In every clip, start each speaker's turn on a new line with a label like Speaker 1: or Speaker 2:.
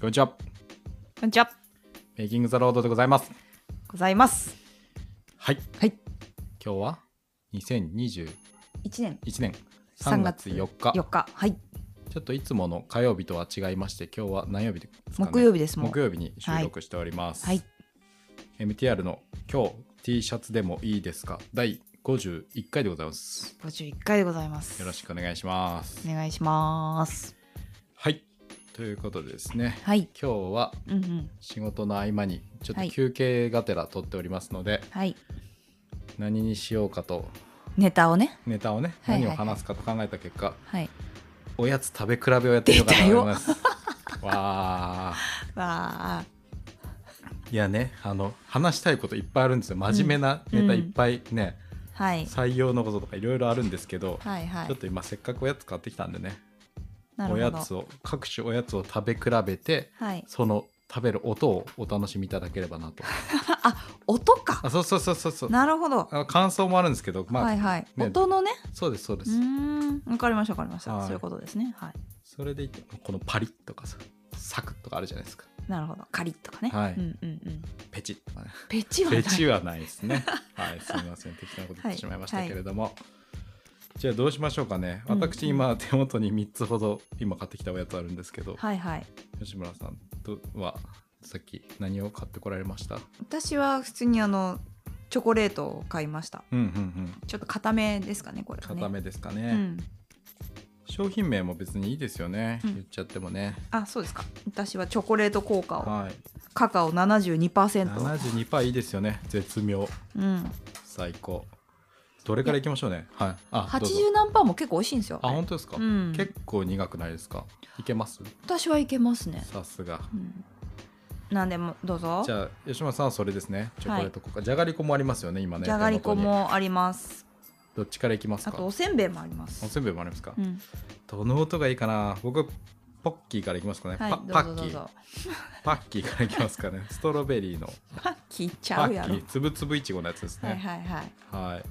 Speaker 1: こんにちは。
Speaker 2: こんにちは。
Speaker 1: メイキングザロードでございます。
Speaker 2: ございます。
Speaker 1: はい。
Speaker 2: はい。
Speaker 1: 今日は2021
Speaker 2: 1年
Speaker 1: 年3月4日。
Speaker 2: 4日。はい。
Speaker 1: ちょっといつもの火曜日とは違いまして、今日は何曜日ですかね。
Speaker 2: 木曜日ですもん。
Speaker 1: 木曜日に収録しております。
Speaker 2: はい。
Speaker 1: MTR の今日 T シャツでもいいですか第51回でございます。
Speaker 2: 51回でございます。
Speaker 1: よろし
Speaker 2: く
Speaker 1: くお願いします。
Speaker 2: お願いします。
Speaker 1: はい。ということでですね、
Speaker 2: はい。
Speaker 1: 今日は
Speaker 2: うんうん。
Speaker 1: 仕事の合間にちょっ
Speaker 2: は
Speaker 1: と
Speaker 2: い
Speaker 1: 休憩がてら撮っておりますので、
Speaker 2: はい。
Speaker 1: 何にしようかと
Speaker 2: ネタをね。
Speaker 1: ネタをね、
Speaker 2: はいはい
Speaker 1: 何を話すかと考えた結果
Speaker 2: はい。
Speaker 1: おやつ食べ比べをやってみようかなと思います。 わあ
Speaker 2: わあ。
Speaker 1: いやねあの話したいこといっぱいあるんですよ真面目な
Speaker 2: う
Speaker 1: ネ
Speaker 2: ん
Speaker 1: タいっぱいね、
Speaker 2: はい。
Speaker 1: 採用のこととかいろいろあるんですけど、
Speaker 2: はいは
Speaker 1: ちょ
Speaker 2: い
Speaker 1: っ。と今せっかくおやつ買ってきたんでね
Speaker 2: なる
Speaker 1: お
Speaker 2: ほ
Speaker 1: や
Speaker 2: ど
Speaker 1: つ。を各種おやつを食べ比べて
Speaker 2: はい。
Speaker 1: その食べる音をお楽しみいただければな と
Speaker 2: あ、音か
Speaker 1: あ。そうそうそうそうそう
Speaker 2: なるほど。
Speaker 1: あ感想もあるんですけどまあ、
Speaker 2: はいはい。
Speaker 1: ね
Speaker 2: 音のね。
Speaker 1: そうですそうで
Speaker 2: う
Speaker 1: す、
Speaker 2: ーん。わかりましたわかりました。
Speaker 1: はい
Speaker 2: そういうことですね。はい。
Speaker 1: それでいてこのパリッとかさサクッとかあるじゃないですか
Speaker 2: なるほど。カリッとかね。
Speaker 1: はい
Speaker 2: うんうんうん。
Speaker 1: ペチッとかね
Speaker 2: ペチはな
Speaker 1: ペ
Speaker 2: い。
Speaker 1: チはないですね。 はい、すみません、適当なこと言ってしまいましたけれども。じゃあどうしましょうかね。
Speaker 2: うん
Speaker 1: 私今手元に3つほど今買ってきたおやつあるんですけど、
Speaker 2: はいはい。
Speaker 1: 吉村さんとはさっき何を買ってこられました
Speaker 2: 私は普通にあの、チョコレートを買いました。
Speaker 1: うんうんうん。
Speaker 2: ちょっと固めですかね、これはね。
Speaker 1: 固めですか
Speaker 2: う
Speaker 1: ね、
Speaker 2: ん。
Speaker 1: 商品名も別にいいですよね。
Speaker 2: うん
Speaker 1: 言っちゃってもね。
Speaker 2: あそうですか私はチョコレート効果を
Speaker 1: はい。
Speaker 2: カカオ72%、
Speaker 1: 72%いいですよね。絶妙。
Speaker 2: うん、
Speaker 1: 最高。どれからいきましょうね。はい。あ、どうぞ。
Speaker 2: 80何パーも結構美味しいんですよ
Speaker 1: あ、本当ですか、
Speaker 2: うん
Speaker 1: 結構苦くないですかいけます
Speaker 2: 私はいけますね、
Speaker 1: さすが。
Speaker 2: うん、なんでもどうぞ
Speaker 1: じゃあ吉村さんはそれですねチョコレート効果、じゃがりこもありますよね今ね
Speaker 2: じゃがり
Speaker 1: 手
Speaker 2: こ
Speaker 1: 元に
Speaker 2: もあります
Speaker 1: どっちからいきます
Speaker 2: あ
Speaker 1: か
Speaker 2: とお
Speaker 1: お
Speaker 2: せんべいもあります
Speaker 1: せんべいもありますか、
Speaker 2: うん、
Speaker 1: どの音がいいかな僕ポッキーからいきますかね、
Speaker 2: はい
Speaker 1: パ
Speaker 2: ど
Speaker 1: パ
Speaker 2: うぞ
Speaker 1: ッ
Speaker 2: ど
Speaker 1: キ
Speaker 2: う
Speaker 1: ー
Speaker 2: ぞ
Speaker 1: パッキーからいきますかねストロベリーの
Speaker 2: パッキーち
Speaker 1: パ
Speaker 2: ゃう
Speaker 1: ッ
Speaker 2: や
Speaker 1: キ
Speaker 2: ろ
Speaker 1: ーつぶつぶいちごのやつです
Speaker 2: はい
Speaker 1: ね
Speaker 2: はいはい
Speaker 1: はい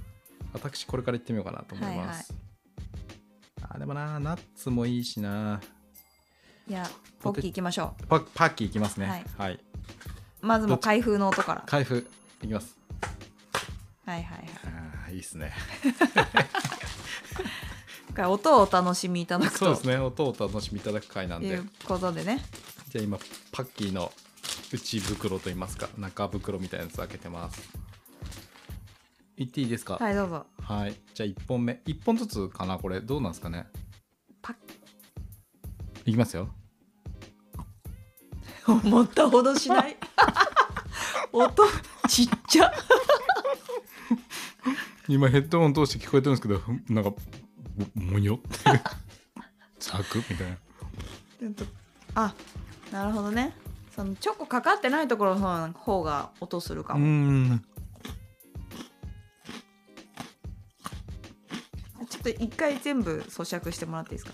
Speaker 1: 私これからいってみようかなと思います、あでもなナッツもいいしない
Speaker 2: やポッキーいきましょ
Speaker 1: パパッキーいきますね
Speaker 2: はい
Speaker 1: はい、
Speaker 2: うまず
Speaker 1: ど
Speaker 2: も
Speaker 1: っ
Speaker 2: う
Speaker 1: ち
Speaker 2: 開封の音から
Speaker 1: 開封いきます
Speaker 2: はいはいはい
Speaker 1: あーいい ですね
Speaker 2: だから音をお楽しみいただく
Speaker 1: そう
Speaker 2: と
Speaker 1: ですね音をお楽しみいただく回なん
Speaker 2: い
Speaker 1: で
Speaker 2: うことでね
Speaker 1: じゃあ今パッキーの内袋といいますか中袋みたいなやつ開けてますいっていいですか
Speaker 2: はいどうぞ
Speaker 1: はい、じゃあ1本目1本ずつかなこれどうなんですかね
Speaker 2: パッ
Speaker 1: いきますよ
Speaker 2: 思ったほどしない 音ちっちゃ
Speaker 1: 今ヘッドホン通して聞こえてるんですけどなんかも にょってサクみたいな
Speaker 2: あなるほどねそのチョコかかってないところの方が音するか
Speaker 1: うー
Speaker 2: も、
Speaker 1: ん
Speaker 2: ちょっと一回全部咀嚼してもらっていいですか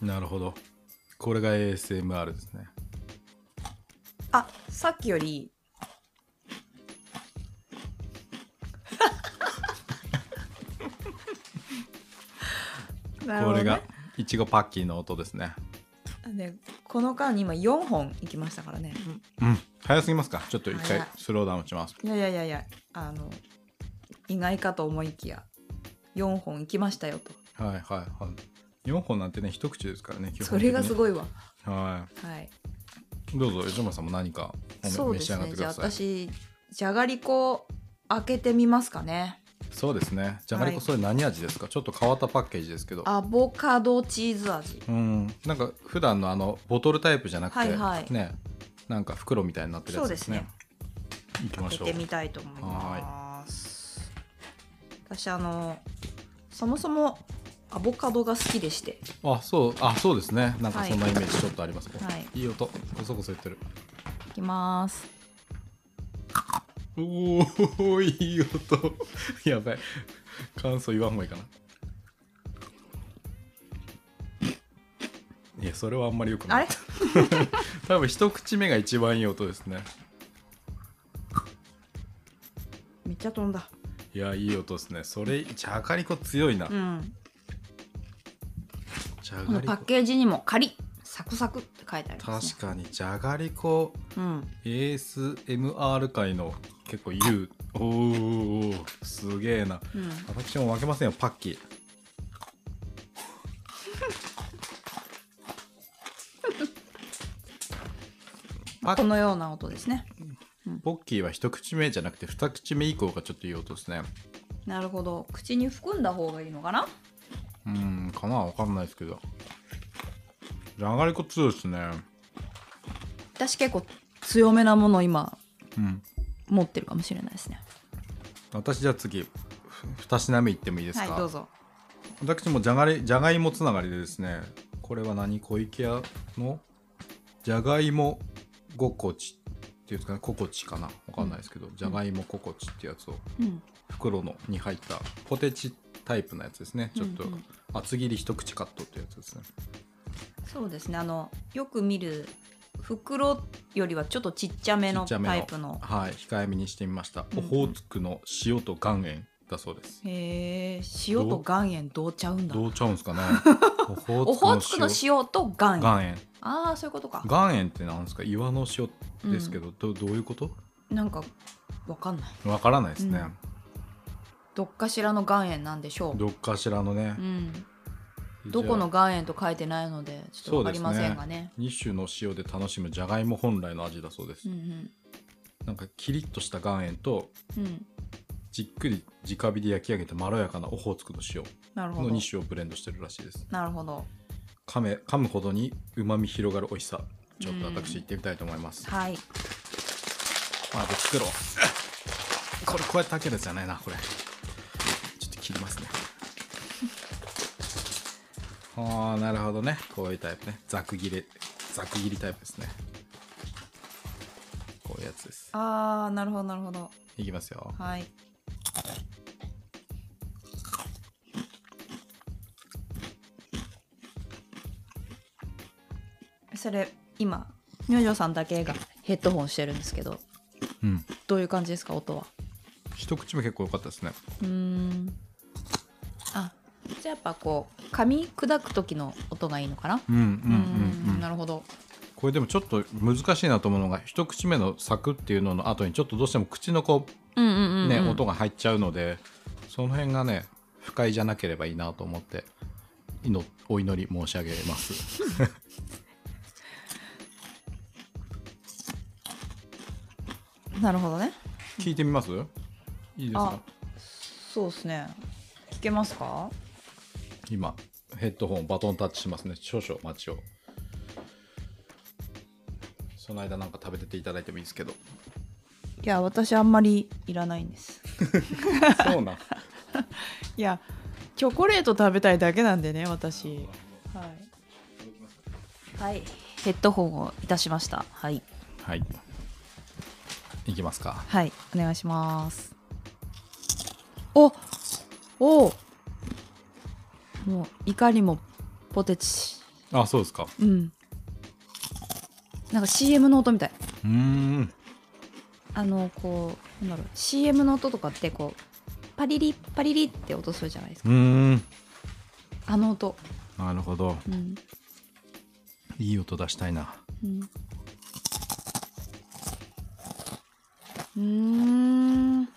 Speaker 1: なるほどこれが ASMR ですね
Speaker 2: あさっきより なるほ
Speaker 1: こ
Speaker 2: ど
Speaker 1: れ
Speaker 2: ね
Speaker 1: がいちごパッキーの音ですね
Speaker 2: あねこの間今4本いきましたからね
Speaker 1: うん早すぎますかちょっと一回
Speaker 2: 早い
Speaker 1: スローダウンします
Speaker 2: いやいやいやいやあの意外かと思いきや4本いきましたよと
Speaker 1: はいはいはい。4本なんてね、一口ですからね、基
Speaker 2: それがす
Speaker 1: い。
Speaker 2: ごいわ
Speaker 1: は
Speaker 2: はい
Speaker 1: い。どうぞ、吉村さんも何かお
Speaker 2: そう
Speaker 1: 召
Speaker 2: で
Speaker 1: し
Speaker 2: す
Speaker 1: 上がっ
Speaker 2: ね
Speaker 1: てく
Speaker 2: じゃあ
Speaker 1: ださい。
Speaker 2: 私じゃがりこ開けてみますかね
Speaker 1: そうですね。じゃがりこ、
Speaker 2: はい
Speaker 1: それ何味ですかちょっと変わったパッケージですけど。
Speaker 2: アボカドチーズ味
Speaker 1: うん。なんか、普段のあの、ボトルタイプじゃなくて、
Speaker 2: はいはい
Speaker 1: ね、なんか袋みたいになってるやつですね。行きま
Speaker 2: 開
Speaker 1: し
Speaker 2: け
Speaker 1: ょう
Speaker 2: て。みたいと思います私あのそもそもアボカドが好きでして
Speaker 1: あ、そう、あ、そうですね。なんかそんなイメージちょっとあります。、
Speaker 2: はい
Speaker 1: いい音。こそこそ言ってる。
Speaker 2: いきます
Speaker 1: おー、いい音。 やばい。感想言わんもいいかな。いや、それはあんまりよく
Speaker 2: あ
Speaker 1: ない
Speaker 2: れ。
Speaker 1: 多分一口目が一番いい音ですね。
Speaker 2: めっちゃ飛んだ
Speaker 1: いや、いい音ですね。それ、じゃがりこ強いな。
Speaker 2: うん
Speaker 1: じゃ
Speaker 2: この
Speaker 1: がり
Speaker 2: パ
Speaker 1: こ
Speaker 2: ッケージにも「カリッサクサク」って書いてあります、ね
Speaker 1: 確、かにじゃがりこ
Speaker 2: うん、
Speaker 1: ASMR 界の結構言うおーおーおーすげえな
Speaker 2: うん、
Speaker 1: 私も負けませんよパッキーパ
Speaker 2: こ
Speaker 1: ッ
Speaker 2: のような音ですね
Speaker 1: ポッキーは一口目じゃなくて二口目以降がちょっといい音ですね
Speaker 2: なるほど口に含んだ方がいいのかな
Speaker 1: うーんかなわかんないですけどじゃがりこ2ですね
Speaker 2: 私結構強めなものを今
Speaker 1: うん
Speaker 2: 持ってるかもしれないですね
Speaker 1: 私じゃあ次ふ二品目いってもいいです
Speaker 2: は
Speaker 1: か、
Speaker 2: いどうぞ
Speaker 1: 私もじゃがりじゃがいもつながりでですねこれは何小池屋のじゃがいもごこちっていうんですかねココチかなわかんないですけど、じゃがいもココチってやつを
Speaker 2: うん
Speaker 1: 袋のに入ったポテチタイプのやつですねちょっと
Speaker 2: うんうん
Speaker 1: 厚切り一口カットってやつですね
Speaker 2: そうですねあのよく見る袋よりはちょっとちっちゃめの
Speaker 1: ちっちゃめの
Speaker 2: タイプの
Speaker 1: はい控えめにしてみました、
Speaker 2: うんうん
Speaker 1: オホーツクの塩と岩塩だそうです
Speaker 2: へえ塩と岩塩どうちゃうんだ
Speaker 1: どうちゃうんです かねオホ
Speaker 2: オホーツクの塩と岩塩
Speaker 1: 岩塩
Speaker 2: ああそういうことか
Speaker 1: 岩塩ってなんですか岩の塩ですけど、どどういうこと
Speaker 2: なんかわかんない
Speaker 1: わからないですね、
Speaker 2: うんどっかしらの岩塩なんでしょう
Speaker 1: どっかしらのね
Speaker 2: う、ん、どこの岩塩と書いてないのでちょっとわかりませんがね
Speaker 1: 2種の塩で楽しむじゃがいも本来の味だそうです、
Speaker 2: うん
Speaker 1: なんかキリッとした岩塩と
Speaker 2: うんうん
Speaker 1: じっくり直火で焼き上げてまろやかなオホーツクの塩
Speaker 2: なるほ
Speaker 1: の
Speaker 2: ど
Speaker 1: 2種をブレンドしてるらしいです
Speaker 2: なるほど
Speaker 1: 噛め噛むほどにうまみ広がる美味しさちょっと
Speaker 2: うん
Speaker 1: 私行ってみたいと思います、
Speaker 2: はい
Speaker 1: まず作ろうこれこうやって開けるやつじゃないなこれちょっと切りますね ああなるほどねこういうタイプねざく切れざく切りタイプですねこういうやつです
Speaker 2: あーなるほどなるほど
Speaker 1: いきますよ
Speaker 2: はいそれ今明星さんだけがヘッドホンしてるんですけど
Speaker 1: うん
Speaker 2: どういう感じですか音は
Speaker 1: 一口目結構良かったですね
Speaker 2: うーんあじゃあやっぱこう噛み砕く時の音がいいのかな
Speaker 1: うんうん
Speaker 2: う
Speaker 1: うんうん
Speaker 2: なるほど
Speaker 1: これでもちょっと難しいなと思うのが一口目のサクっていうのの後にちょっとどうしても口のこう
Speaker 2: うんうんうんうん
Speaker 1: ね、音が入っちゃうのでその辺がね不快じゃなければいいなと思って祈お祈り申し上げます
Speaker 2: なるほどね
Speaker 1: 聞いてみますいいです
Speaker 2: あ
Speaker 1: か
Speaker 2: そうですね聞けますか
Speaker 1: 今ヘッドホンバトンタッチしますね少々お待ちをその間なんか食べてていただいてもいいですけど
Speaker 2: いや私あんまりいらないんです
Speaker 1: そうなん
Speaker 2: いやチョコレート食べたいだけなんでね私はい、はい、ヘッドホンをいたしましたはい
Speaker 1: はいいきますか
Speaker 2: はいお願いしますおおもういかにもポテチ
Speaker 1: あそうですか
Speaker 2: うんなんか CM の音みたいう
Speaker 1: ーん
Speaker 2: あのこうなんだろう CM の音とかってこうパリリパリリって音するじゃないです
Speaker 1: う
Speaker 2: か
Speaker 1: ーん
Speaker 2: あの音
Speaker 1: なるほど
Speaker 2: うん
Speaker 1: いい音出したいな
Speaker 2: うんうーん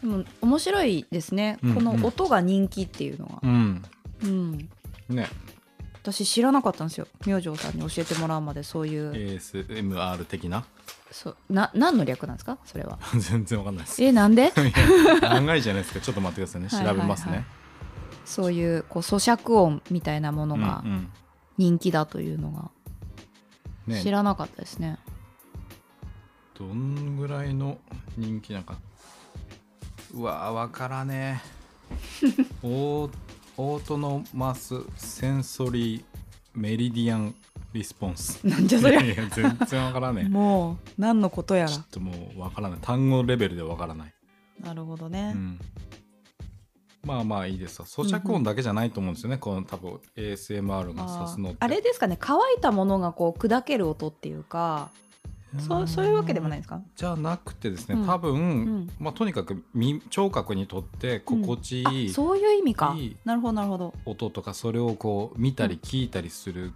Speaker 2: でも面白いですね、
Speaker 1: うんうん
Speaker 2: この音が人気っていうのが
Speaker 1: う、ん
Speaker 2: うん、
Speaker 1: ね
Speaker 2: 私知らなかったんですよ明星さんに教えてもらうまでそういう
Speaker 1: ASMR 的な
Speaker 2: そうな何の略なんですかそれは
Speaker 1: 全然わかんないです
Speaker 2: えなんで
Speaker 1: 案外じゃないですかちょっと待ってくださいね調
Speaker 2: はいはい
Speaker 1: べますね
Speaker 2: そういうこう咀嚼音みたいなものが
Speaker 1: うんうん
Speaker 2: 人気だというのが
Speaker 1: ね
Speaker 2: 知らなかったですね
Speaker 1: どんぐらいの人気なんかうわーわからね えオーオートノマスセンソリーメリディアンリスポンス
Speaker 2: なんじゃ
Speaker 1: い
Speaker 2: そ
Speaker 1: や
Speaker 2: りゃ
Speaker 1: いや全然わからね
Speaker 2: もう何のこと
Speaker 1: え
Speaker 2: やら
Speaker 1: ちょっともうわからない単語レベルでわからない、
Speaker 2: なるほど
Speaker 1: う
Speaker 2: ね、
Speaker 1: ん、まあまあいいですわ咀嚼音だけじゃないと思うんですよね、この多分 ASMR が
Speaker 2: あ
Speaker 1: 指すのっ
Speaker 2: ー
Speaker 1: て
Speaker 2: あれですかね乾いたものがこう砕ける音っていうかそうそういうわけでもない
Speaker 1: い
Speaker 2: ですか
Speaker 1: じゃなくてですね、
Speaker 3: うん
Speaker 1: 多分、
Speaker 3: ん
Speaker 1: まあ、とにかくみ聴覚にとって心地い
Speaker 3: あ
Speaker 1: い,、
Speaker 3: そういう意味か
Speaker 1: いい
Speaker 2: なるほどなるほど
Speaker 1: 音とかそれをこう見たり聞いたりする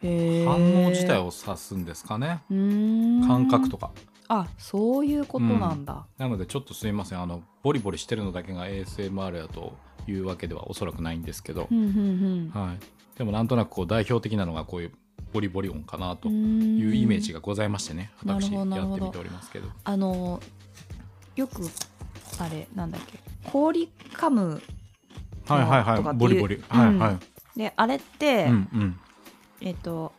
Speaker 3: へー
Speaker 1: 反応自体を指すんですかね、
Speaker 3: うーん
Speaker 1: 感覚とか
Speaker 3: あそういうことなんだ、
Speaker 1: なのでちょっとすいませんあのボリボリしてるのだけが ASMR だというわけではおそらくないんですけど
Speaker 3: う、んうんうん
Speaker 1: はい、でもなんとなくこう代表的なのがこういうボリボリ音かなと
Speaker 3: う
Speaker 1: い
Speaker 3: ーん
Speaker 1: うイメージがございましてね、
Speaker 3: うんな
Speaker 1: 私
Speaker 3: る
Speaker 1: や
Speaker 3: ほどなる
Speaker 1: っ
Speaker 3: ほ
Speaker 1: て
Speaker 3: ど
Speaker 1: みておりますけど
Speaker 3: あのよくあれなんだっけ氷噛む
Speaker 1: はいはい
Speaker 3: とかってい
Speaker 1: はい
Speaker 3: う
Speaker 1: ボリボリ、
Speaker 3: ん
Speaker 1: はいは
Speaker 3: であれって、
Speaker 1: い、うんうん
Speaker 2: えっ、と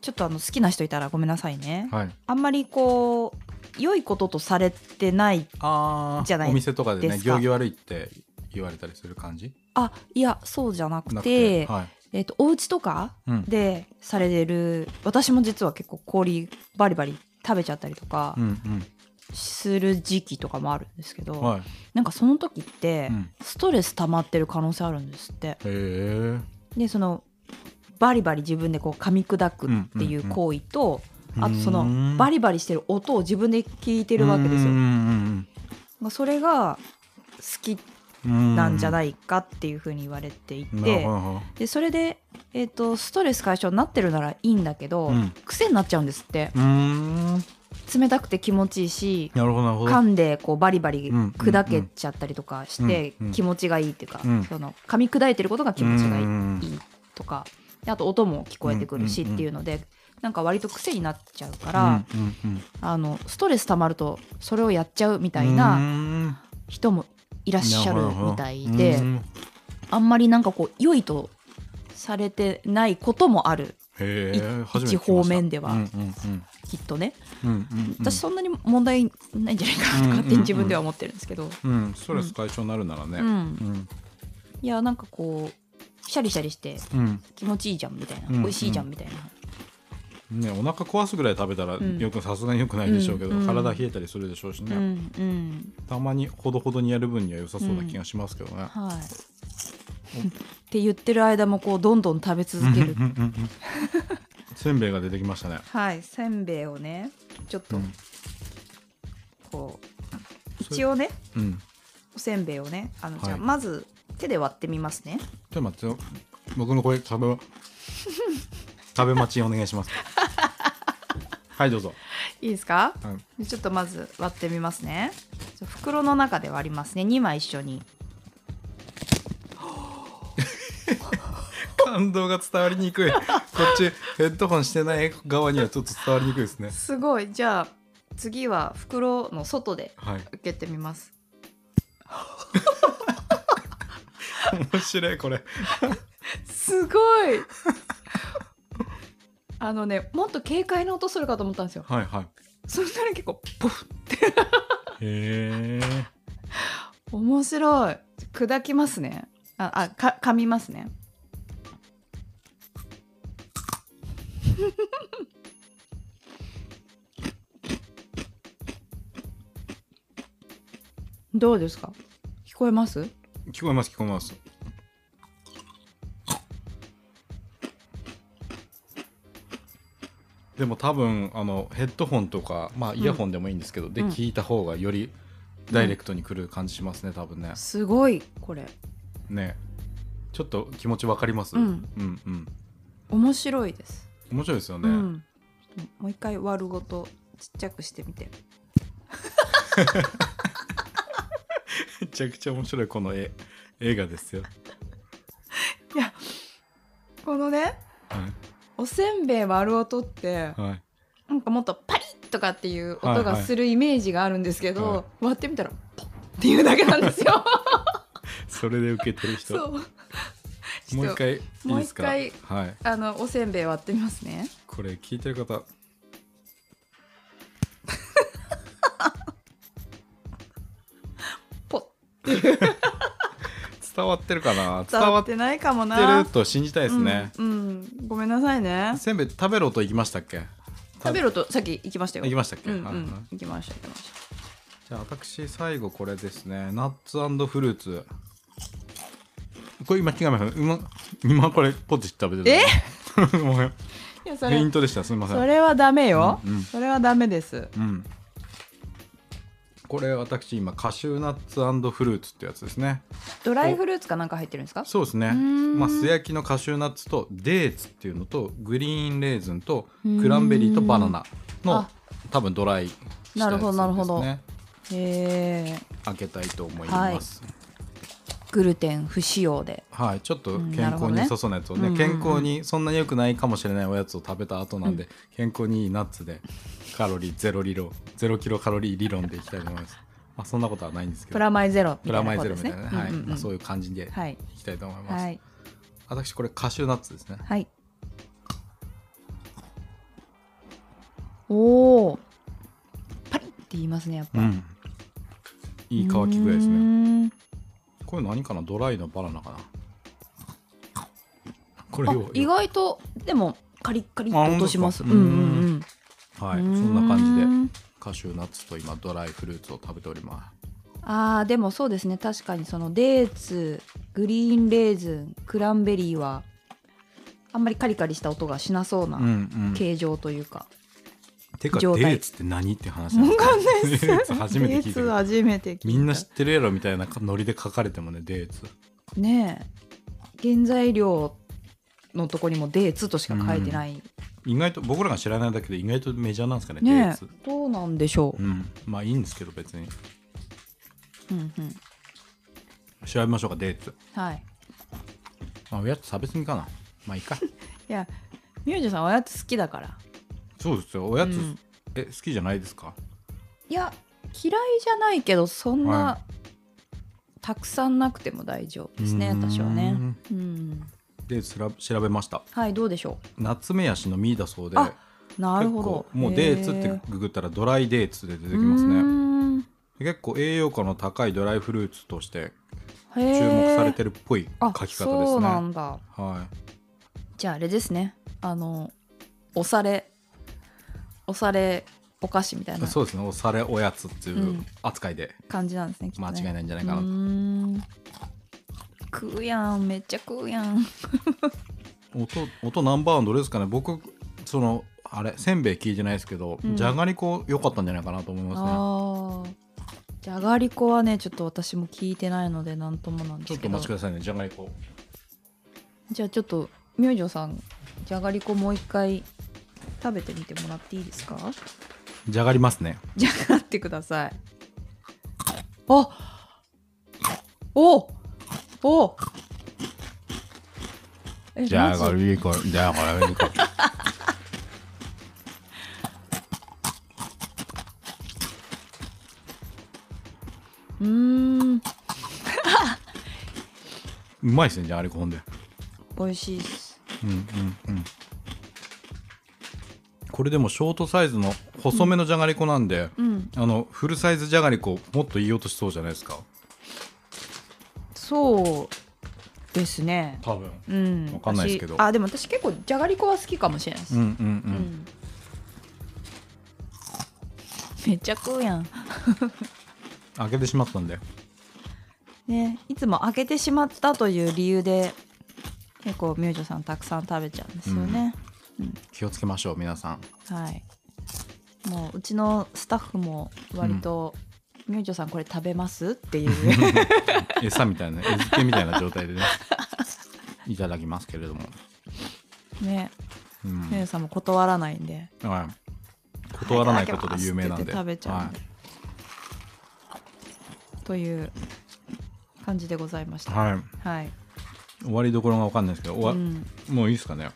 Speaker 2: ちょっとあの好きな人いたらごめんなさいね、
Speaker 1: はい
Speaker 2: あんまりこう良いこととされてない
Speaker 1: あー
Speaker 2: じゃない
Speaker 1: お店とかで
Speaker 2: で
Speaker 1: ね
Speaker 2: すか
Speaker 1: 行儀悪いって言われたりする感じ
Speaker 3: あいやそうじゃなくて
Speaker 1: なくてはい
Speaker 3: えっとお家とか
Speaker 1: うん
Speaker 2: でされてる私も実は結構氷バリバリ食べちゃったりとか
Speaker 1: うん
Speaker 2: する時期とかもあるんですけど、
Speaker 1: うんはい
Speaker 2: なんかその時って、
Speaker 1: うん
Speaker 2: ストレス溜まってる可能性あるんですって
Speaker 1: へえ
Speaker 2: でそのバリバリ自分でこう噛み砕くっていう行為と、あとそのバ
Speaker 1: リ
Speaker 2: リバリしてる音を自分で聞いて
Speaker 1: て
Speaker 2: るわけですよ。
Speaker 1: な
Speaker 2: まあそれが好きなんじゃ
Speaker 1: い
Speaker 2: ないかっていうふうに言われてい
Speaker 1: なる
Speaker 2: て
Speaker 1: ほど
Speaker 2: でそれで、えー、とストレス解消になってるならいいんだけど、
Speaker 1: うん
Speaker 2: 癖になっちゃうんですって
Speaker 1: うーん
Speaker 2: 冷たくて気持ちいいし
Speaker 1: なるほどなるほど
Speaker 2: 噛んでこうバリバリ
Speaker 1: うん
Speaker 2: 砕けちゃったりとかして
Speaker 1: うんうん
Speaker 2: 気持ちがいいっていうか、
Speaker 1: うん
Speaker 2: その噛み砕いてることが気持ちがいい
Speaker 1: い
Speaker 2: とかであと音も聞こえてくるし
Speaker 1: う
Speaker 2: っ
Speaker 1: んうんうん
Speaker 2: ていうので、なんか割と癖になっちゃうから、
Speaker 1: うんうんうん
Speaker 2: あのストレス溜まるとそれをやっちゃうみたいな人もいらっしゃるみたいで、
Speaker 1: うんうん
Speaker 2: あんまりなんかこう良いとされてないこともある
Speaker 1: へ
Speaker 2: い
Speaker 1: え初めて聞きました
Speaker 2: 一方面では
Speaker 1: うんうんうん
Speaker 2: きっとね
Speaker 1: うんうんうん
Speaker 2: 私そんなに問題ないんじゃないか
Speaker 1: う
Speaker 2: なと
Speaker 1: ん
Speaker 2: 勝手に自分では思ってるんですけど、
Speaker 1: うんストレス解消になるなら
Speaker 2: うん
Speaker 1: ねうん
Speaker 2: いやなんかこうシャリシャリして
Speaker 1: うん
Speaker 2: 気持ちいいじゃんみたいな、
Speaker 1: うん
Speaker 2: 美味しいじゃんみたいな、
Speaker 1: ねお腹壊すぐらい食べたら
Speaker 2: うん
Speaker 1: よくさすがによくないでしょうけど
Speaker 2: うんうん
Speaker 1: 体冷えたりするでしょうし
Speaker 2: うん
Speaker 1: ね
Speaker 2: うん
Speaker 1: たまにほどほどにやる分には良さそうな気がしますけどね
Speaker 2: はいって言ってる間もこうどんどん食べ続ける、
Speaker 1: うんうんうんうんせんべいが出てきましたね
Speaker 2: はいせんべいをねちょっと
Speaker 1: うん
Speaker 2: こう、
Speaker 1: それ
Speaker 2: 一応ね
Speaker 1: うん
Speaker 2: おせんべいをねあの、
Speaker 1: はい
Speaker 2: じゃあまず手で割ってみますね
Speaker 1: ちょっと待ってよ僕の声食 べ食べ待ちお願いしますはいどうぞ、
Speaker 2: いいですか
Speaker 1: うん
Speaker 2: でちょっとまず割ってみますねちょ袋の中で割りますね2枚一緒に
Speaker 1: 感動が伝わりにくいこっちヘッドホンしてない側にはちょっと伝わりにくいですね
Speaker 2: すごいじゃあ次は袋の外で
Speaker 1: はい
Speaker 2: 開けてみます
Speaker 1: 面白いこれ
Speaker 2: すごい あのねもっと軽快な音するかと思ったんですよ
Speaker 1: はいはい
Speaker 2: そしたら結構ポフ
Speaker 1: へえ
Speaker 2: 面白い砕きますねああか噛みますね どうですか聞こえます
Speaker 1: 聞こえます聞こえますでも多分あのヘッドホンとかまあイヤホンでもいいんですけど、で
Speaker 2: うん
Speaker 1: 聞いた方がよりダイレクトに来る感じしますね多分ね
Speaker 2: すごいこれ
Speaker 1: ねちょっと気持ちわかります、
Speaker 2: うん
Speaker 1: うんうん
Speaker 2: 面白いです、
Speaker 1: 面白いですよね、
Speaker 2: うんちょっともう一回割るごとちっちゃくしてみて
Speaker 1: めちゃくちゃ面白いこの絵映画ですよ、
Speaker 2: このね
Speaker 1: は
Speaker 2: おせんべい割る音って
Speaker 1: いはい、
Speaker 2: なんかもっとパリッとかっていう
Speaker 1: は
Speaker 2: 音
Speaker 1: い
Speaker 2: が
Speaker 1: はい
Speaker 2: するイメージがあるんですけど、
Speaker 1: はい
Speaker 2: 割ってみたらポッっていうだけなんですよ。
Speaker 1: それで受けてる人
Speaker 2: そう。ち
Speaker 1: もう
Speaker 2: ょ
Speaker 1: 一
Speaker 2: っと
Speaker 1: 回いいですか
Speaker 2: もう一
Speaker 1: はい
Speaker 2: あのおせんべい割ってみますね。
Speaker 1: これ聞いてる方
Speaker 2: ポッ
Speaker 1: 伝わってるかな伝
Speaker 2: 伝わ
Speaker 1: わ
Speaker 2: っ
Speaker 1: って
Speaker 2: ないかも
Speaker 1: て
Speaker 2: な。
Speaker 1: ると信じたいですね、
Speaker 2: うん、うんごめんなさいね。
Speaker 1: せんべい食べろと行きましたっけ
Speaker 2: 食べろとさっき行きましたよ。
Speaker 1: 行きましたっけ、
Speaker 2: うんう
Speaker 1: はいはい
Speaker 2: ん行きました行きまし
Speaker 1: じゃあ私最後これですねナッツフルーツ これ今違います今今これポテチ食べてたえごめん
Speaker 2: た。
Speaker 4: や
Speaker 1: フ
Speaker 4: そ
Speaker 1: ェイ
Speaker 4: れ
Speaker 1: ントでしたすみません
Speaker 4: それはダメよ、
Speaker 1: うんうん
Speaker 4: それはダメです
Speaker 1: うんこれ私今カシューナッツフルーツってやつですね
Speaker 4: ドライフルーツかなんか入ってるんですか
Speaker 1: そうですね
Speaker 2: うーん
Speaker 1: まあ素焼きのカシューナッツとデーツっていうのとグリーンレーズンと
Speaker 2: うーん
Speaker 1: クランベリーとバナナの
Speaker 4: あ
Speaker 1: 多分ドライしたやつです、ね、
Speaker 4: なるほどなるほどへえ
Speaker 1: 開けたいと思います
Speaker 4: グルテン不使用で
Speaker 1: はい、ちょっと
Speaker 4: うん
Speaker 1: 健康に良さそうなやつをね,、
Speaker 4: なるほどね
Speaker 1: 健康にそんなに良くないかもしれないおやつを食べた後なんで、健康にいいナッツでカロリーゼロ理論ゼロキロカロリー理論でいきたいと思いますまあそんなことはないんですけ
Speaker 4: プ
Speaker 1: ど
Speaker 4: ラマイゼロみた
Speaker 1: プラ
Speaker 4: いな
Speaker 1: マイ
Speaker 4: こ
Speaker 1: ゼ
Speaker 4: と
Speaker 1: ロ
Speaker 4: ですね
Speaker 1: みたいなね、は
Speaker 4: う
Speaker 1: い
Speaker 4: んうんうん
Speaker 1: まあ、そういう感じで
Speaker 4: はいい
Speaker 1: きたいと思います、
Speaker 4: はい
Speaker 1: 私これカシューナッツですね
Speaker 4: はいおお
Speaker 2: パリッって言いますねやっぱ、
Speaker 1: うんいい乾き具合ですね
Speaker 4: ね
Speaker 1: これ何かなドライのバナナかなこれ
Speaker 2: あ
Speaker 1: よ
Speaker 2: 意外とでもカリッカリッと落とします
Speaker 1: あ
Speaker 2: う
Speaker 1: 本当
Speaker 2: んう
Speaker 1: ですか
Speaker 2: ん
Speaker 1: はい
Speaker 2: うん
Speaker 1: そんな感じで
Speaker 2: じで
Speaker 1: カシューナッツと今ドライフルーツを食べておりま
Speaker 2: あーでもそうですね確かにそのデーツグリーンレーズンクランベリーはあんまりカリカリした音がしなそう
Speaker 1: す
Speaker 2: な
Speaker 1: うんうん
Speaker 2: 形状というか、
Speaker 1: てかデ
Speaker 2: 状態
Speaker 1: ーツって何って話なんですかデーツ初めて聞いたけど
Speaker 4: 初めて聞いた
Speaker 1: みんな知ってるやろみたいなノリで書かれてもねデーツ
Speaker 2: ねえ原材料のとこにもデーツとしか書いてない、
Speaker 1: 意外と僕らが知らないだけで意外とメジャーなんですかねデー
Speaker 2: ね
Speaker 1: ツ
Speaker 2: えどうなんでしょ
Speaker 1: うんまあいいんですけど別に
Speaker 2: う、うんうん、
Speaker 1: 調べましょうかデーツ
Speaker 2: はい
Speaker 1: まあおやつ食べ過ぎかなまあいいか
Speaker 4: いやミュージさんおやつ好きだから
Speaker 1: そうですよおやつ、
Speaker 2: うん
Speaker 1: え好きじゃないですか
Speaker 2: いや嫌いじゃないけどそんな、
Speaker 1: は
Speaker 2: たくさんなくても大丈夫ですね私はね
Speaker 1: うーん
Speaker 2: うん
Speaker 1: デーツら調べました
Speaker 2: はいどうでしょ
Speaker 1: ナツメヤシの実だそうで
Speaker 2: あうなる
Speaker 1: 結
Speaker 2: ほ
Speaker 1: 構
Speaker 2: ど
Speaker 1: もうデーツってググったらドライデーツで出てきますね
Speaker 2: ね
Speaker 1: 結構栄養価の高いドライフルーツとして
Speaker 2: 注
Speaker 1: 注目されてるっぽい書
Speaker 2: あ
Speaker 1: き方ですね、
Speaker 2: そうなんだ
Speaker 1: は
Speaker 2: じゃああれですねあのおされおされお菓子みたい
Speaker 1: い、
Speaker 2: な
Speaker 1: そうですねおされおやつっていううん扱いで
Speaker 2: 感じなんですねきっとね
Speaker 1: 間違いないんじゃないうかなと、
Speaker 2: ーん食うやんめっちゃ食うやん
Speaker 1: 音音ナンバーワンどれですかね僕そのあれせんべい聞いてないですけど、
Speaker 2: うん
Speaker 1: じゃがりこ良かったんじゃないかなと思いますね
Speaker 2: あーじゃがりこはねちょっと私も聞いてないので何ともなんで
Speaker 1: ちょ
Speaker 2: す
Speaker 1: っと
Speaker 2: け
Speaker 1: お
Speaker 2: ど
Speaker 1: 待ちくださいねじゃがりこ
Speaker 2: じゃあちょっと明星さんじゃがりこもう一回食べてみてもらっていいですか
Speaker 1: じゃがりますね
Speaker 2: じゃがってくださいあおおえ
Speaker 1: じゃ
Speaker 2: マ
Speaker 1: が
Speaker 2: ジ
Speaker 1: りこじゃがりこ
Speaker 2: うーん
Speaker 1: うまいですねじゃがりこほんで
Speaker 2: 美味しいです
Speaker 1: うんうんうんこれでもショートサイズの細めのじゃがりこなんで、
Speaker 2: うん
Speaker 1: あのフルサイズじゃがりこもっと言い落としそうじゃないですか
Speaker 2: そうですね
Speaker 1: 多分
Speaker 2: うん
Speaker 1: わかんないですけど
Speaker 2: 私あでも私結構じゃがりこは好きかもしれないです、
Speaker 1: うんうんうん、
Speaker 2: うんめっちゃ食うやん
Speaker 1: 開けてしまったんで
Speaker 2: ねいつも開けてしまったという理由で結構明星さんたくさん食べちゃうんですよね、
Speaker 1: 気をつけましょう皆さん
Speaker 2: はいもううちのスタッフも割と、明星さんこれ食べますっていう
Speaker 1: 餌みたいな餌付けみたいな状態 でねいただきますけれども、
Speaker 2: ね
Speaker 1: うん
Speaker 2: 明星さんも断らないんで
Speaker 1: はい、断らないことで有名なんで
Speaker 2: はい開けますって言って食べちゃうんで
Speaker 1: は
Speaker 2: という感じでございました
Speaker 1: い、はい、
Speaker 2: はい、
Speaker 1: 終わりどころが分かんないですけど終わ、
Speaker 2: うん、
Speaker 1: もういいですかね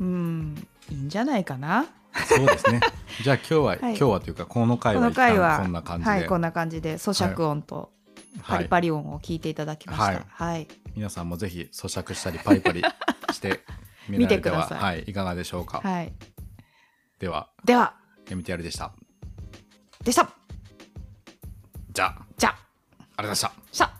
Speaker 2: うん、いいんじゃないかな
Speaker 1: そうです ねじゃあ今日は、
Speaker 2: い
Speaker 1: 今日はというかこの回
Speaker 2: こ
Speaker 1: は
Speaker 2: の
Speaker 1: 一旦
Speaker 2: 回は
Speaker 1: こんな感じで、
Speaker 2: はい、こんな感じで咀嚼音とパ
Speaker 1: は
Speaker 2: リ
Speaker 1: い
Speaker 2: パリ音を聞いていただきました。
Speaker 1: は
Speaker 2: はいい、
Speaker 1: 皆さんもぜひ咀嚼したりパリパリしてみられては
Speaker 2: 見てくだ
Speaker 1: は
Speaker 2: さ
Speaker 1: い、いかがでしょうか、
Speaker 2: はい、
Speaker 1: では
Speaker 2: では
Speaker 1: MTR でした
Speaker 2: でした。
Speaker 1: じゃあ
Speaker 2: じゃ
Speaker 1: あり
Speaker 2: あ、
Speaker 1: がとうございました
Speaker 2: した。